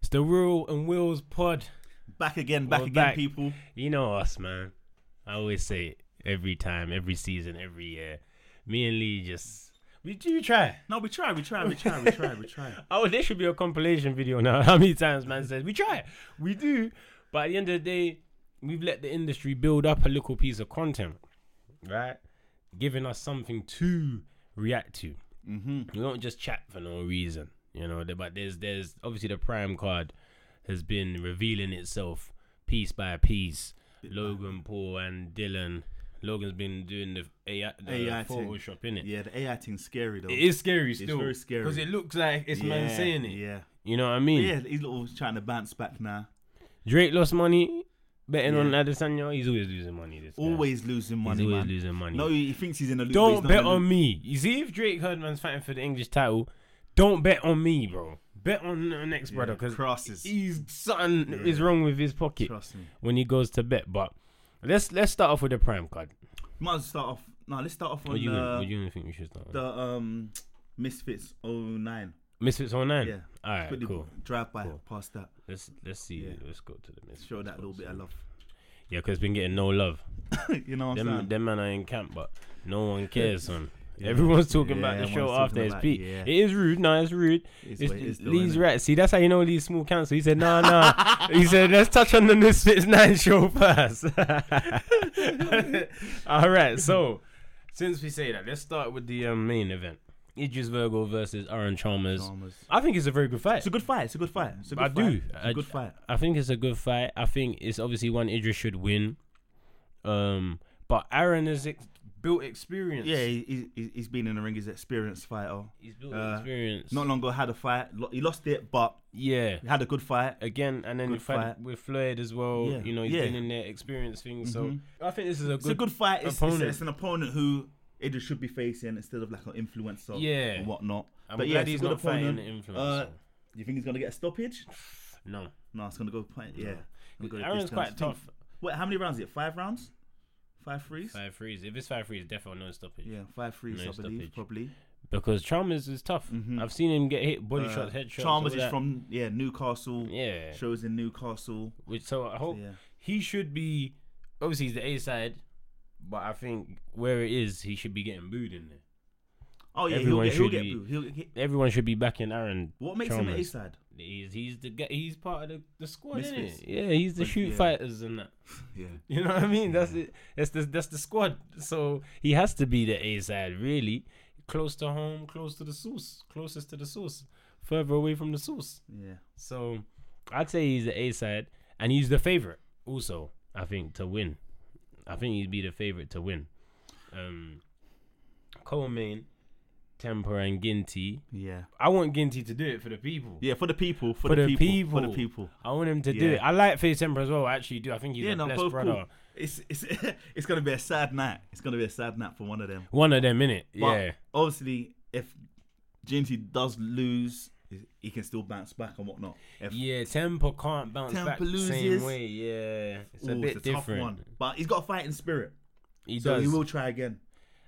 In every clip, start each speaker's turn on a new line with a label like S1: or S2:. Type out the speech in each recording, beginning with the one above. S1: It's the Rule and Wills pod.
S2: Back again, back
S1: We're
S2: again,
S1: back.
S2: people.
S1: You know us, man. I always say it every time, every season, every year. Me and Lee just. We do try.
S2: No, we try, we try, we try, we try, we try.
S1: Oh, there should be a compilation video now. How many times man says we try, we do, but at the end of the day, we've let the industry build up a little piece of content, right? Giving us something to react to. Mm-hmm. We don't just chat for no reason, you know. th- But there's there's obviously the prime card has been revealing itself piece by piece. Logan Paul and Dylan. Logan's been doing the AI, the
S2: AI thing.
S1: Photoshop in it.
S2: Yeah, the AI thing's scary though.
S1: It is scary still.
S2: very scary.
S1: Because it looks like it's man
S2: Yeah,
S1: saying it. Hmm.
S2: Yeah.
S1: You know what I mean?
S2: Yeah, he's little trying to bounce back now.
S1: Drake lost money betting on
S2: Yeah.
S1: Adesanya. He's always losing money. This guy.
S2: Always losing money,
S1: always
S2: man.
S1: losing money.
S2: No, he thinks he's in a loop. but he's
S1: Don't
S2: not
S1: bet
S2: in a
S1: on
S2: loop.
S1: me. You see, if Drake Herdman's fighting for the English title, don't bet on me, bro. Bet on the next brother because
S2: crosses.
S1: he's something is wrong with his pocket
S2: Trust me.
S1: when he goes to bet. But let's let's start off with the prime card.
S2: Might as well start off. No, let's start off on
S1: What do you
S2: uh,
S1: what do you think we should start? with?
S2: the um, Misfits 09.
S1: Misfits online.
S2: Yeah.
S1: All right.
S2: Quickly
S1: Cool.
S2: Drive by
S1: Cool.
S2: past that.
S1: Let's let's see.
S2: Yeah.
S1: Let's go to the Misfits.
S2: Show that little
S1: first.
S2: bit of love.
S1: Yeah, because been getting no love.
S2: you know what I'm
S1: them,
S2: saying?
S1: them man are in camp, but no one cares, son. Everyone's talking about the
S2: everyone's
S1: show
S2: talking
S1: after it's
S2: about-
S1: peak.
S2: yeah.
S1: It is rude. No, it's rude.
S2: It's
S1: It's,
S2: what it is though,
S1: Lee's
S2: innit?
S1: right. See, that's how you know Lee's small council. He said, nah, nah. he said, let's touch on the Misfits 9 show first. All right, so since we say that, let's start with the um, main event. Idris Virgo versus Aaron Chalmers.
S2: Chalmers.
S1: I think it's a very good fight.
S2: It's a good fight. It's a good fight. It's a good
S1: I
S2: fight.
S1: do.
S2: It's
S1: I,
S2: a good fight.
S1: I think it's a good fight. I think it's obviously one Idris should win. Um, but Aaron has ex- built experience.
S2: Yeah, he, he, he's been in the ring. He's an experienced fighter.
S1: he's built
S2: Uh,
S1: experience.
S2: Not long ago, had a fight. Lo- He lost it, but
S1: yeah.
S2: he had a good fight.
S1: Again, and then
S2: Good
S1: you fight
S2: fight.
S1: with Floyd as well.
S2: Yeah,
S1: You know, he's
S2: yeah. Mm-hmm.
S1: been in their experience thing. So I think this is a
S2: It's a
S1: good.
S2: good fight. It's, it's,
S1: opponent.
S2: it's an opponent who Idris should be facing instead of like an influencer
S1: Yeah.
S2: and whatnot.
S1: I'm
S2: but yeah,
S1: glad
S2: it's a
S1: he's
S2: good
S1: not fighting
S2: opponent.
S1: an
S2: Uh,
S1: influencer.
S2: you think he's gonna get a stoppage?
S1: no,
S2: No, it's gonna go point. Yeah, Gonna go to
S1: Aaron's
S2: distance.
S1: quite
S2: I think-
S1: tough.
S2: What? How many rounds? Is it five rounds? Five threes?
S1: Five threes. If it's five threes, definitely no stoppage.
S2: Yeah, five threes.
S1: No
S2: I believe
S1: stoppage.
S2: probably.
S1: Because Chalmers is tough. I've seen him get hit, body
S2: Mm-hmm. Uh,
S1: shots, head shots.
S2: Chalmers
S1: all
S2: is
S1: that.
S2: from yeah Newcastle.
S1: Yeah.
S2: shows in Newcastle.
S1: Which so I hope
S2: yeah.
S1: he should be obviously he's the A side, but I think where it is he should be getting booed in there.
S2: Oh yeah,
S1: Everyone
S2: he'll
S1: should
S2: get,
S1: be-
S2: he'll get booed. He'll, he,
S1: Everyone should be backing Aaron.
S2: what makes him an A
S1: Chalmers.
S2: side?
S1: He's he's the guy, he's part of the, the squad, is
S2: Misfits.
S1: Yeah, he's the
S2: But,
S1: shoot
S2: yeah.
S1: fighters and that.
S2: Yeah.
S1: You know what I mean? That's it. That's the that's the squad. So he has to be the A side, really. Close to home, close to the source, closest to the source, further away from the source.
S2: Yeah.
S1: So I'd say he's the A side, and he's the favorite. Also, I think to win, I think he'd be the favorite to win. Um, Coleman, Temper, and Ginty.
S2: Yeah.
S1: I want Ginty to do it for the people.
S2: Yeah, for the people, for,
S1: For
S2: the,
S1: the
S2: people, for
S1: people.
S2: the people.
S1: I want him to do
S2: Yeah.
S1: it. I like Faith Temper as well. I actually do. I think he's
S2: yeah,
S1: a
S2: no,
S1: blessed
S2: both
S1: brother.
S2: cool. It's it's it's gonna be a sad night. It's gonna be a sad night for one of them.
S1: One of them in it.
S2: But
S1: Yeah.
S2: obviously, if Ginty does lose, he can still bounce back and whatnot. If
S1: Yeah, Temper can't bounce
S2: Temper
S1: back the
S2: loses.
S1: same way. Yeah, it's a
S2: Ooh,
S1: bit different.
S2: but he's got a fighting spirit,
S1: He
S2: so
S1: does,
S2: he will try again.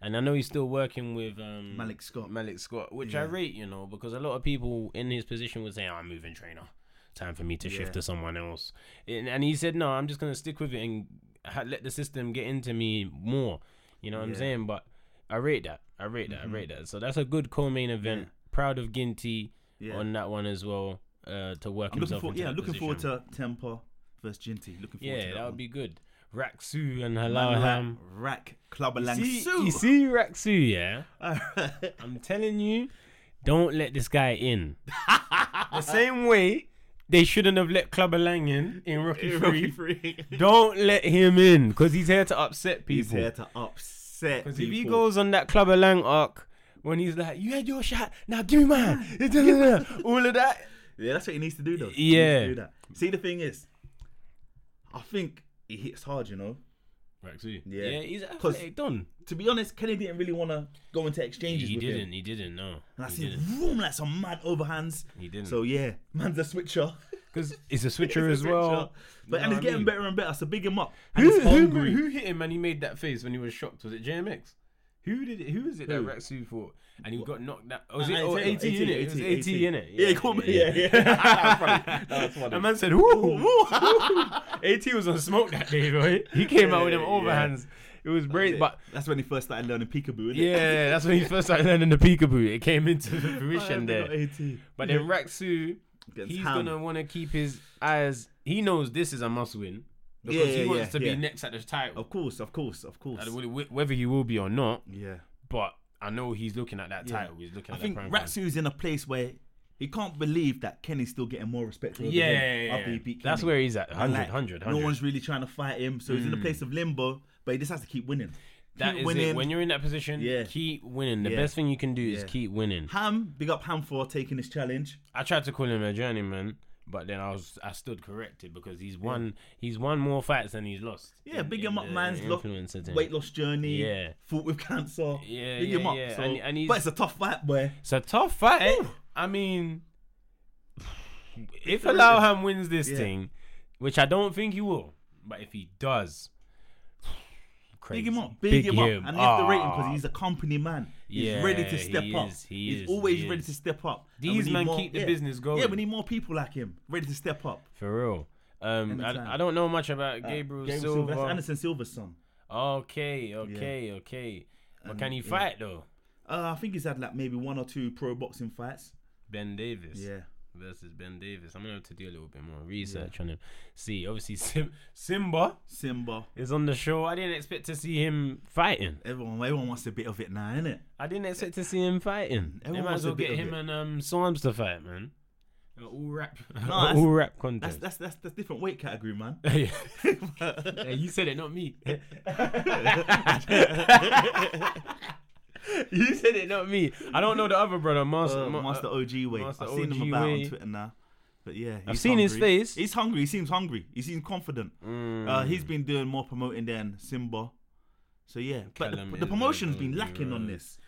S1: and I know he's still working with um,
S2: Malik Scott.
S1: Malik Scott, which I
S2: Yeah.
S1: rate, you know, because a lot of people in his position would say, oh, "I'm moving trainer. Time for me to shift
S2: Yeah.
S1: to someone else." And, and he said, "No, I'm just gonna stick with it and ha- let the system get into me more." You know what I'm
S2: Yeah. Mm-hmm.
S1: saying? But I rate that. I rate that. I rate that. So that's a good co-main event. Proud of Ginty
S2: Yeah.
S1: on that one as well. Uh, to work
S2: I'm looking
S1: himself
S2: for
S1: into
S2: yeah,
S1: that
S2: looking forward
S1: position.
S2: to Temper versus Ginty. Looking forward to
S1: Yeah, that
S2: that, one.
S1: would be good. Raksu and
S2: Man like
S1: Halaham.
S2: Rack Club Lang
S1: See,
S2: Sue.
S1: you see Raksu, yeah? I'm telling you, don't let this guy in. the same way they shouldn't have let Clubber Lang in in Rocky,
S2: Rocky
S1: 3.
S2: Free.
S1: Don't let him in because he's here to upset people.
S2: He's here to upset.
S1: Because if he
S2: people.
S1: goes on that Clubber Lang arc when he's like, you had your shot, now give me mine. all of that.
S2: Yeah, that's what he needs to do though.
S1: Yeah.
S2: He needs to do that. See, the thing is, I think he hits hard. You know,
S1: Rexy.
S2: Yeah.
S1: yeah, he's
S2: 'Cause-
S1: athletic done.
S2: to be honest, Kenny didn't really want to go into exchanges.
S1: He
S2: with
S1: didn't.
S2: Him.
S1: He didn't. No,
S2: And I
S1: he
S2: seen
S1: didn't.
S2: room like some mad overhands.
S1: He didn't.
S2: So yeah, man's a switcher.
S1: Because it's a
S2: He's a
S1: switcher as well.
S2: switcher.
S1: You
S2: But
S1: know what
S2: and
S1: I
S2: he's getting
S1: mean?
S2: better and better. So big him up. And
S1: Who,
S2: he's hungry.
S1: who, who hit him and he made that face when he was shocked? Was it JMX? Who did it? Who was it that
S2: Who?
S1: Rexy fought? And he got knocked down. Oh,
S2: Uh,
S1: was it
S2: AT,
S1: oh, AT,
S2: AT,
S1: innit? It was AT,
S2: AT.
S1: innit?
S2: Yeah, he called me. Yeah, yeah. That's funny. That's funny.
S1: The man said, "Woo, woo." AT was on smoke that day, boy. He came out with them
S2: Yeah.
S1: overhands. It was
S2: Yeah.
S1: great, but
S2: that's when he first started learning peekaboo. Innit?
S1: yeah, that's when he first started learning the peekaboo. It came
S2: Oh,
S1: into fruition
S2: They got
S1: there.
S2: 18.
S1: But then Raksu,
S2: Gets
S1: he's
S2: hammed.
S1: gonna want to keep his eyes. He knows this is a must win because
S2: Yeah,
S1: he
S2: yeah,
S1: wants
S2: yeah,
S1: to
S2: yeah.
S1: be next at the title.
S2: Of course, of course, of course.
S1: And wh- wh- Whether he will be or not,
S2: Yeah.
S1: but I know he's looking at that title. He's looking
S2: I
S1: at
S2: think
S1: that prime time.
S2: Ratsu's in a place where he can't believe that Kenny's still getting more respect. over
S1: Yeah,
S2: him
S1: yeah, yeah,
S2: after
S1: yeah.
S2: he beat
S1: That's
S2: Kenny.
S1: where he's at.
S2: And,
S1: 100,
S2: like,
S1: 100,
S2: No
S1: 100.
S2: one's really trying to fight him, so he's in a place of limbo. But he just has to keep winning.
S1: Hmm. That
S2: keep
S1: is
S2: winning.
S1: it. When you're in that position,
S2: Yeah.
S1: keep winning. The
S2: Yeah.
S1: best thing you can do is
S2: Yeah.
S1: keep winning.
S2: Ham, big up Ham for taking this challenge.
S1: I tried to call him a journeyman, but then I was I stood corrected because he's won he's won more fights than he's lost.
S2: Yeah,
S1: in-
S2: big
S1: in
S2: him up,
S1: the
S2: man's lo-
S1: influencer thing.
S2: weight loss journey.
S1: Yeah.
S2: fought with cancer.
S1: Yeah,
S2: big
S1: yeah,
S2: him up.
S1: yeah.
S2: So,
S1: And- and he's-
S2: but it's a tough fight, boy.
S1: It's a tough fight.
S2: Whew.
S1: I mean, if
S2: There is
S1: Alauham wins this
S2: Yeah.
S1: thing, which I don't think he will, but if he does, crazy.
S2: Big him up, big, him, up, and lift the rating
S1: Ah,
S2: because he's a company man. He's
S1: Yeah,
S2: ready to
S1: he
S2: step up.
S1: is, he
S2: he's
S1: is,
S2: always
S1: he
S2: ready
S1: is.
S2: to step up. And we
S1: These
S2: need
S1: man keep the
S2: yeah.
S1: business
S2: Yeah,
S1: going.
S2: we need more people like him, ready to step up.
S1: for real. Um,
S2: Anytime. Uh,
S1: I, I don't know much about Gabriel,
S2: Gabriel Silva,
S1: Silva.
S2: that's Anderson Silva's son.
S1: Okay, okay, okay. But can he fight though?
S2: Uh, I think he's had like maybe one or two pro boxing fights.
S1: Ben Davis.
S2: Yeah.
S1: Versus Ben Davis. I'm gonna have to do a little bit more research on him. See, obviously Sim- Simba
S2: Simba.
S1: is on the show. I didn't expect to see him fighting.
S2: Everyone, everyone wants a bit of it now, innit?
S1: I didn't expect to see him fighting. They
S2: Everyone
S1: might
S2: wants
S1: as
S2: a
S1: well
S2: bit
S1: get
S2: of
S1: him
S2: it.
S1: and um Slimes to fight, man. An all rap, an
S2: that's-
S1: all rap contest.
S2: That's that's that's the different weight category, man.
S1: yeah. Yeah, you said it, not me. you said it, not me. I don't know the other brother, Master.
S2: Uh,
S1: Ma-
S2: Master
S1: uh,
S2: OG weight.
S1: Master
S2: I've seen
S1: OG
S2: him about
S1: weight.
S2: on Twitter now. But yeah, he's
S1: seen his
S2: hungry.
S1: face. Mm.
S2: He's hungry. He seems hungry. He seems confident. Uh, he's been doing more promoting than Simba. So yeah, but
S1: Callum
S2: the,
S1: is
S2: the
S1: very
S2: promotion's been
S1: hungry,
S2: lacking on
S1: right.
S2: this.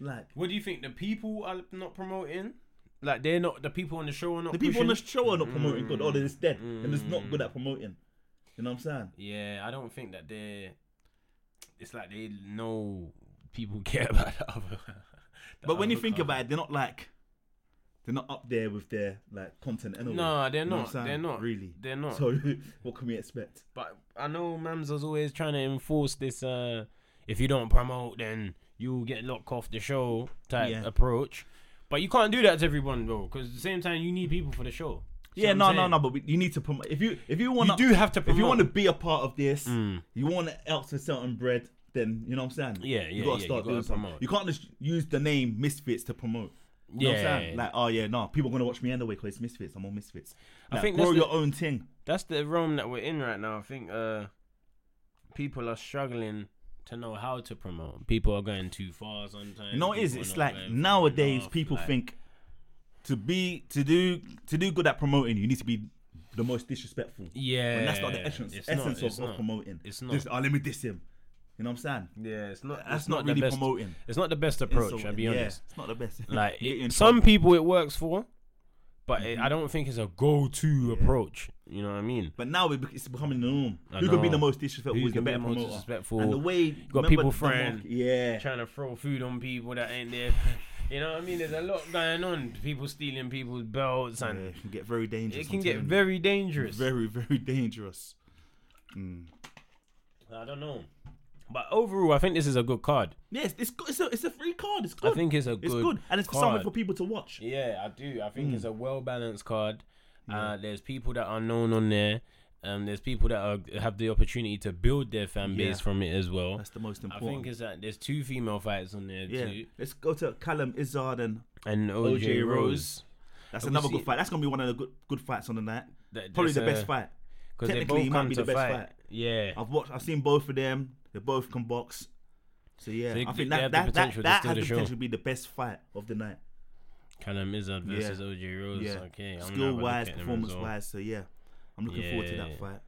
S2: Like
S1: What do you think? The people are not promoting. Like they're not the people on the show are not.
S2: the people on the
S1: pushing? Mm.
S2: show are not promoting good. Oh, they're just dead and it's not good at promoting. You know what I'm saying?
S1: Yeah, I don't think that they're. It's like they know people care about the other. the
S2: But when you
S1: other
S2: think
S1: cover.
S2: about it, they're not like they're not up there with their like content. Anyway.
S1: No, they're
S2: You know
S1: not.
S2: what I'm saying?
S1: They're not.
S2: really.
S1: They're not.
S2: So what can we expect?
S1: But I know Mams was always trying to enforce this. Uh, if you don't promote, then you'll get locked off the show type
S2: Yeah.
S1: approach. But you can't do that to everyone though, because at the same time you need people for the show. See
S2: Yeah,
S1: what I'm
S2: no, no,
S1: saying?
S2: no. But we- you need to promote. If you if you want,
S1: You do have to
S2: If you want to
S1: promote.
S2: be a part of this,
S1: Mm.
S2: you want to else for certain bread. Then you know what I'm saying.
S1: Yeah, yeah,
S2: You gotta
S1: yeah, you
S2: start
S1: gotta
S2: doing something.
S1: promote.
S2: You can't just use the name Misfits to promote. You know what
S1: Yeah,
S2: I'm saying? Like, oh yeah, no, people gonna watch me anyway because it's Misfits. I'm on Misfits.
S1: I
S2: Like,
S1: think
S2: grow
S1: that's the-
S2: your own thing.
S1: that's the realm that we're in right now. I think uh, people are struggling to know how to promote. People are going too far sometimes.
S2: You know what it is?
S1: People are
S2: It's
S1: not
S2: like
S1: going far
S2: nowadays
S1: enough,
S2: people
S1: like-
S2: think to be to do to do good at promoting, you need to be the most disrespectful.
S1: Yeah,
S2: And that's not the essence,
S1: it's not,
S2: essence
S1: it's
S2: of, of
S1: not.
S2: promoting.
S1: It's not.
S2: Just, oh, let me diss him. You know what I'm saying?
S1: Yeah, it's not.
S2: That's
S1: it's not,
S2: not
S1: the
S2: really
S1: best-
S2: promoting.
S1: It's not the best approach.
S2: Insulting.
S1: I'll be honest.
S2: Yeah, it's not the best.
S1: Like
S2: You get in
S1: it, some
S2: trouble. Mm-hmm.
S1: people it works for, but it, I don't think it's a go-to approach. You know what I mean?
S2: But now it bec- it's becoming the norm.
S1: I
S2: Who can be
S1: know.
S2: the most disrespectful?
S1: Who
S2: Who's the
S1: can be
S2: better
S1: the most
S2: promoter?
S1: disrespectful?
S2: And the way
S1: got
S2: remember
S1: people
S2: the mark-
S1: throwing-
S2: Yeah.
S1: Trying to throw food on people that ain't there. You know what I mean? There's a lot going on. People stealing people's belts,
S2: Yeah,
S1: and
S2: it can get very
S1: it
S2: dangerous. I'm
S1: can get
S2: telling you.
S1: very dangerous.
S2: very, very dangerous.
S1: I don't know, but overall, I think this is a good card.
S2: Yes, it's go- it's a, it's a free card. It's good.
S1: think it's a
S2: It's
S1: good
S2: good, and it's for something
S1: card.
S2: for people to watch.
S1: Yeah, I do. I think
S2: Hmm.
S1: it's a well balanced card. Uh, there's people that are known on there. Um, there's people that are, have the opportunity to build their fan base
S2: Yeah.
S1: from it as well.
S2: That's the
S1: I
S2: most important.
S1: think it's that there's two female fighters on there
S2: yeah.
S1: too,
S2: Let's go to Callum Izzard, and
S1: and OJ,
S2: OJ
S1: Rose.
S2: Rose. that's
S1: we
S2: another
S1: see-
S2: good fight. That's gonna be one of the good good fights on the night.
S1: That-
S2: Probably
S1: that's
S2: the
S1: a-
S2: best fight.
S1: because they
S2: Technically,
S1: both
S2: it might
S1: come
S2: be
S1: to
S2: the best
S1: fight.
S2: fight. Oh.
S1: Yeah,
S2: I've watched. I've seen both of them. They both can box. So yeah,
S1: They-
S2: I
S1: they
S2: think that
S1: have the
S2: that, that,
S1: potential to
S2: that
S1: steal
S2: has
S1: the
S2: the
S1: show.
S2: potential to be the best fight of the night.
S1: Callum Izzard
S2: Yeah.
S1: versus OJ Rose.
S2: Yeah.
S1: Okay, I'm gonna have a
S2: Skill
S1: look
S2: wise,
S1: at them as
S2: performance
S1: well.
S2: wise. So yeah, I'm looking forward to
S1: Yeah.
S2: that fight.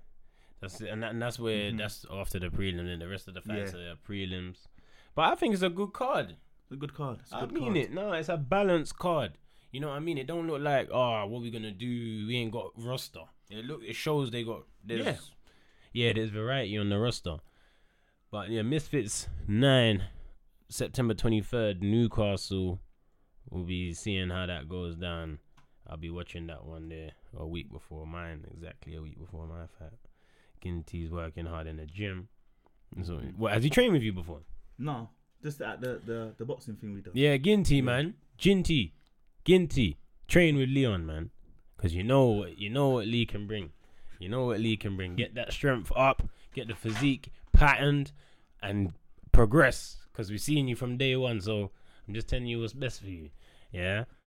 S1: That's it, and, that, and that's where
S2: Mhm.
S1: that's after the prelim, and the rest of the fights
S2: Yeah.
S1: are prelims. But I think it's a good card.
S2: It's a good card. It's a
S1: I
S2: good
S1: mean
S2: card.
S1: it. No, it's a balanced card. You know what I mean? It don't look like oh, what we gonna do? We ain't got roster. It look it shows they got there's, yeah,
S2: Yeah.
S1: There's variety on the roster. But yeah, Misfits nine, September twenty third, Newcastle. We'll be seeing how that goes down. I'll be watching that one there a week before mine, exactly a week before my fight. Ginty's working hard in the gym. So, what, has he trained with you before?
S2: No, just at the, the the boxing thing we done.
S1: Yeah, Ginty, man. Ginty. Ginty. Train with Leon, man. Because you know what you know what Lee can bring. You know what Lee can bring. Get that strength up, get the physique patterned, and progress. Because we've seen you from day one, so I'm just telling you what's best for you. Yeah?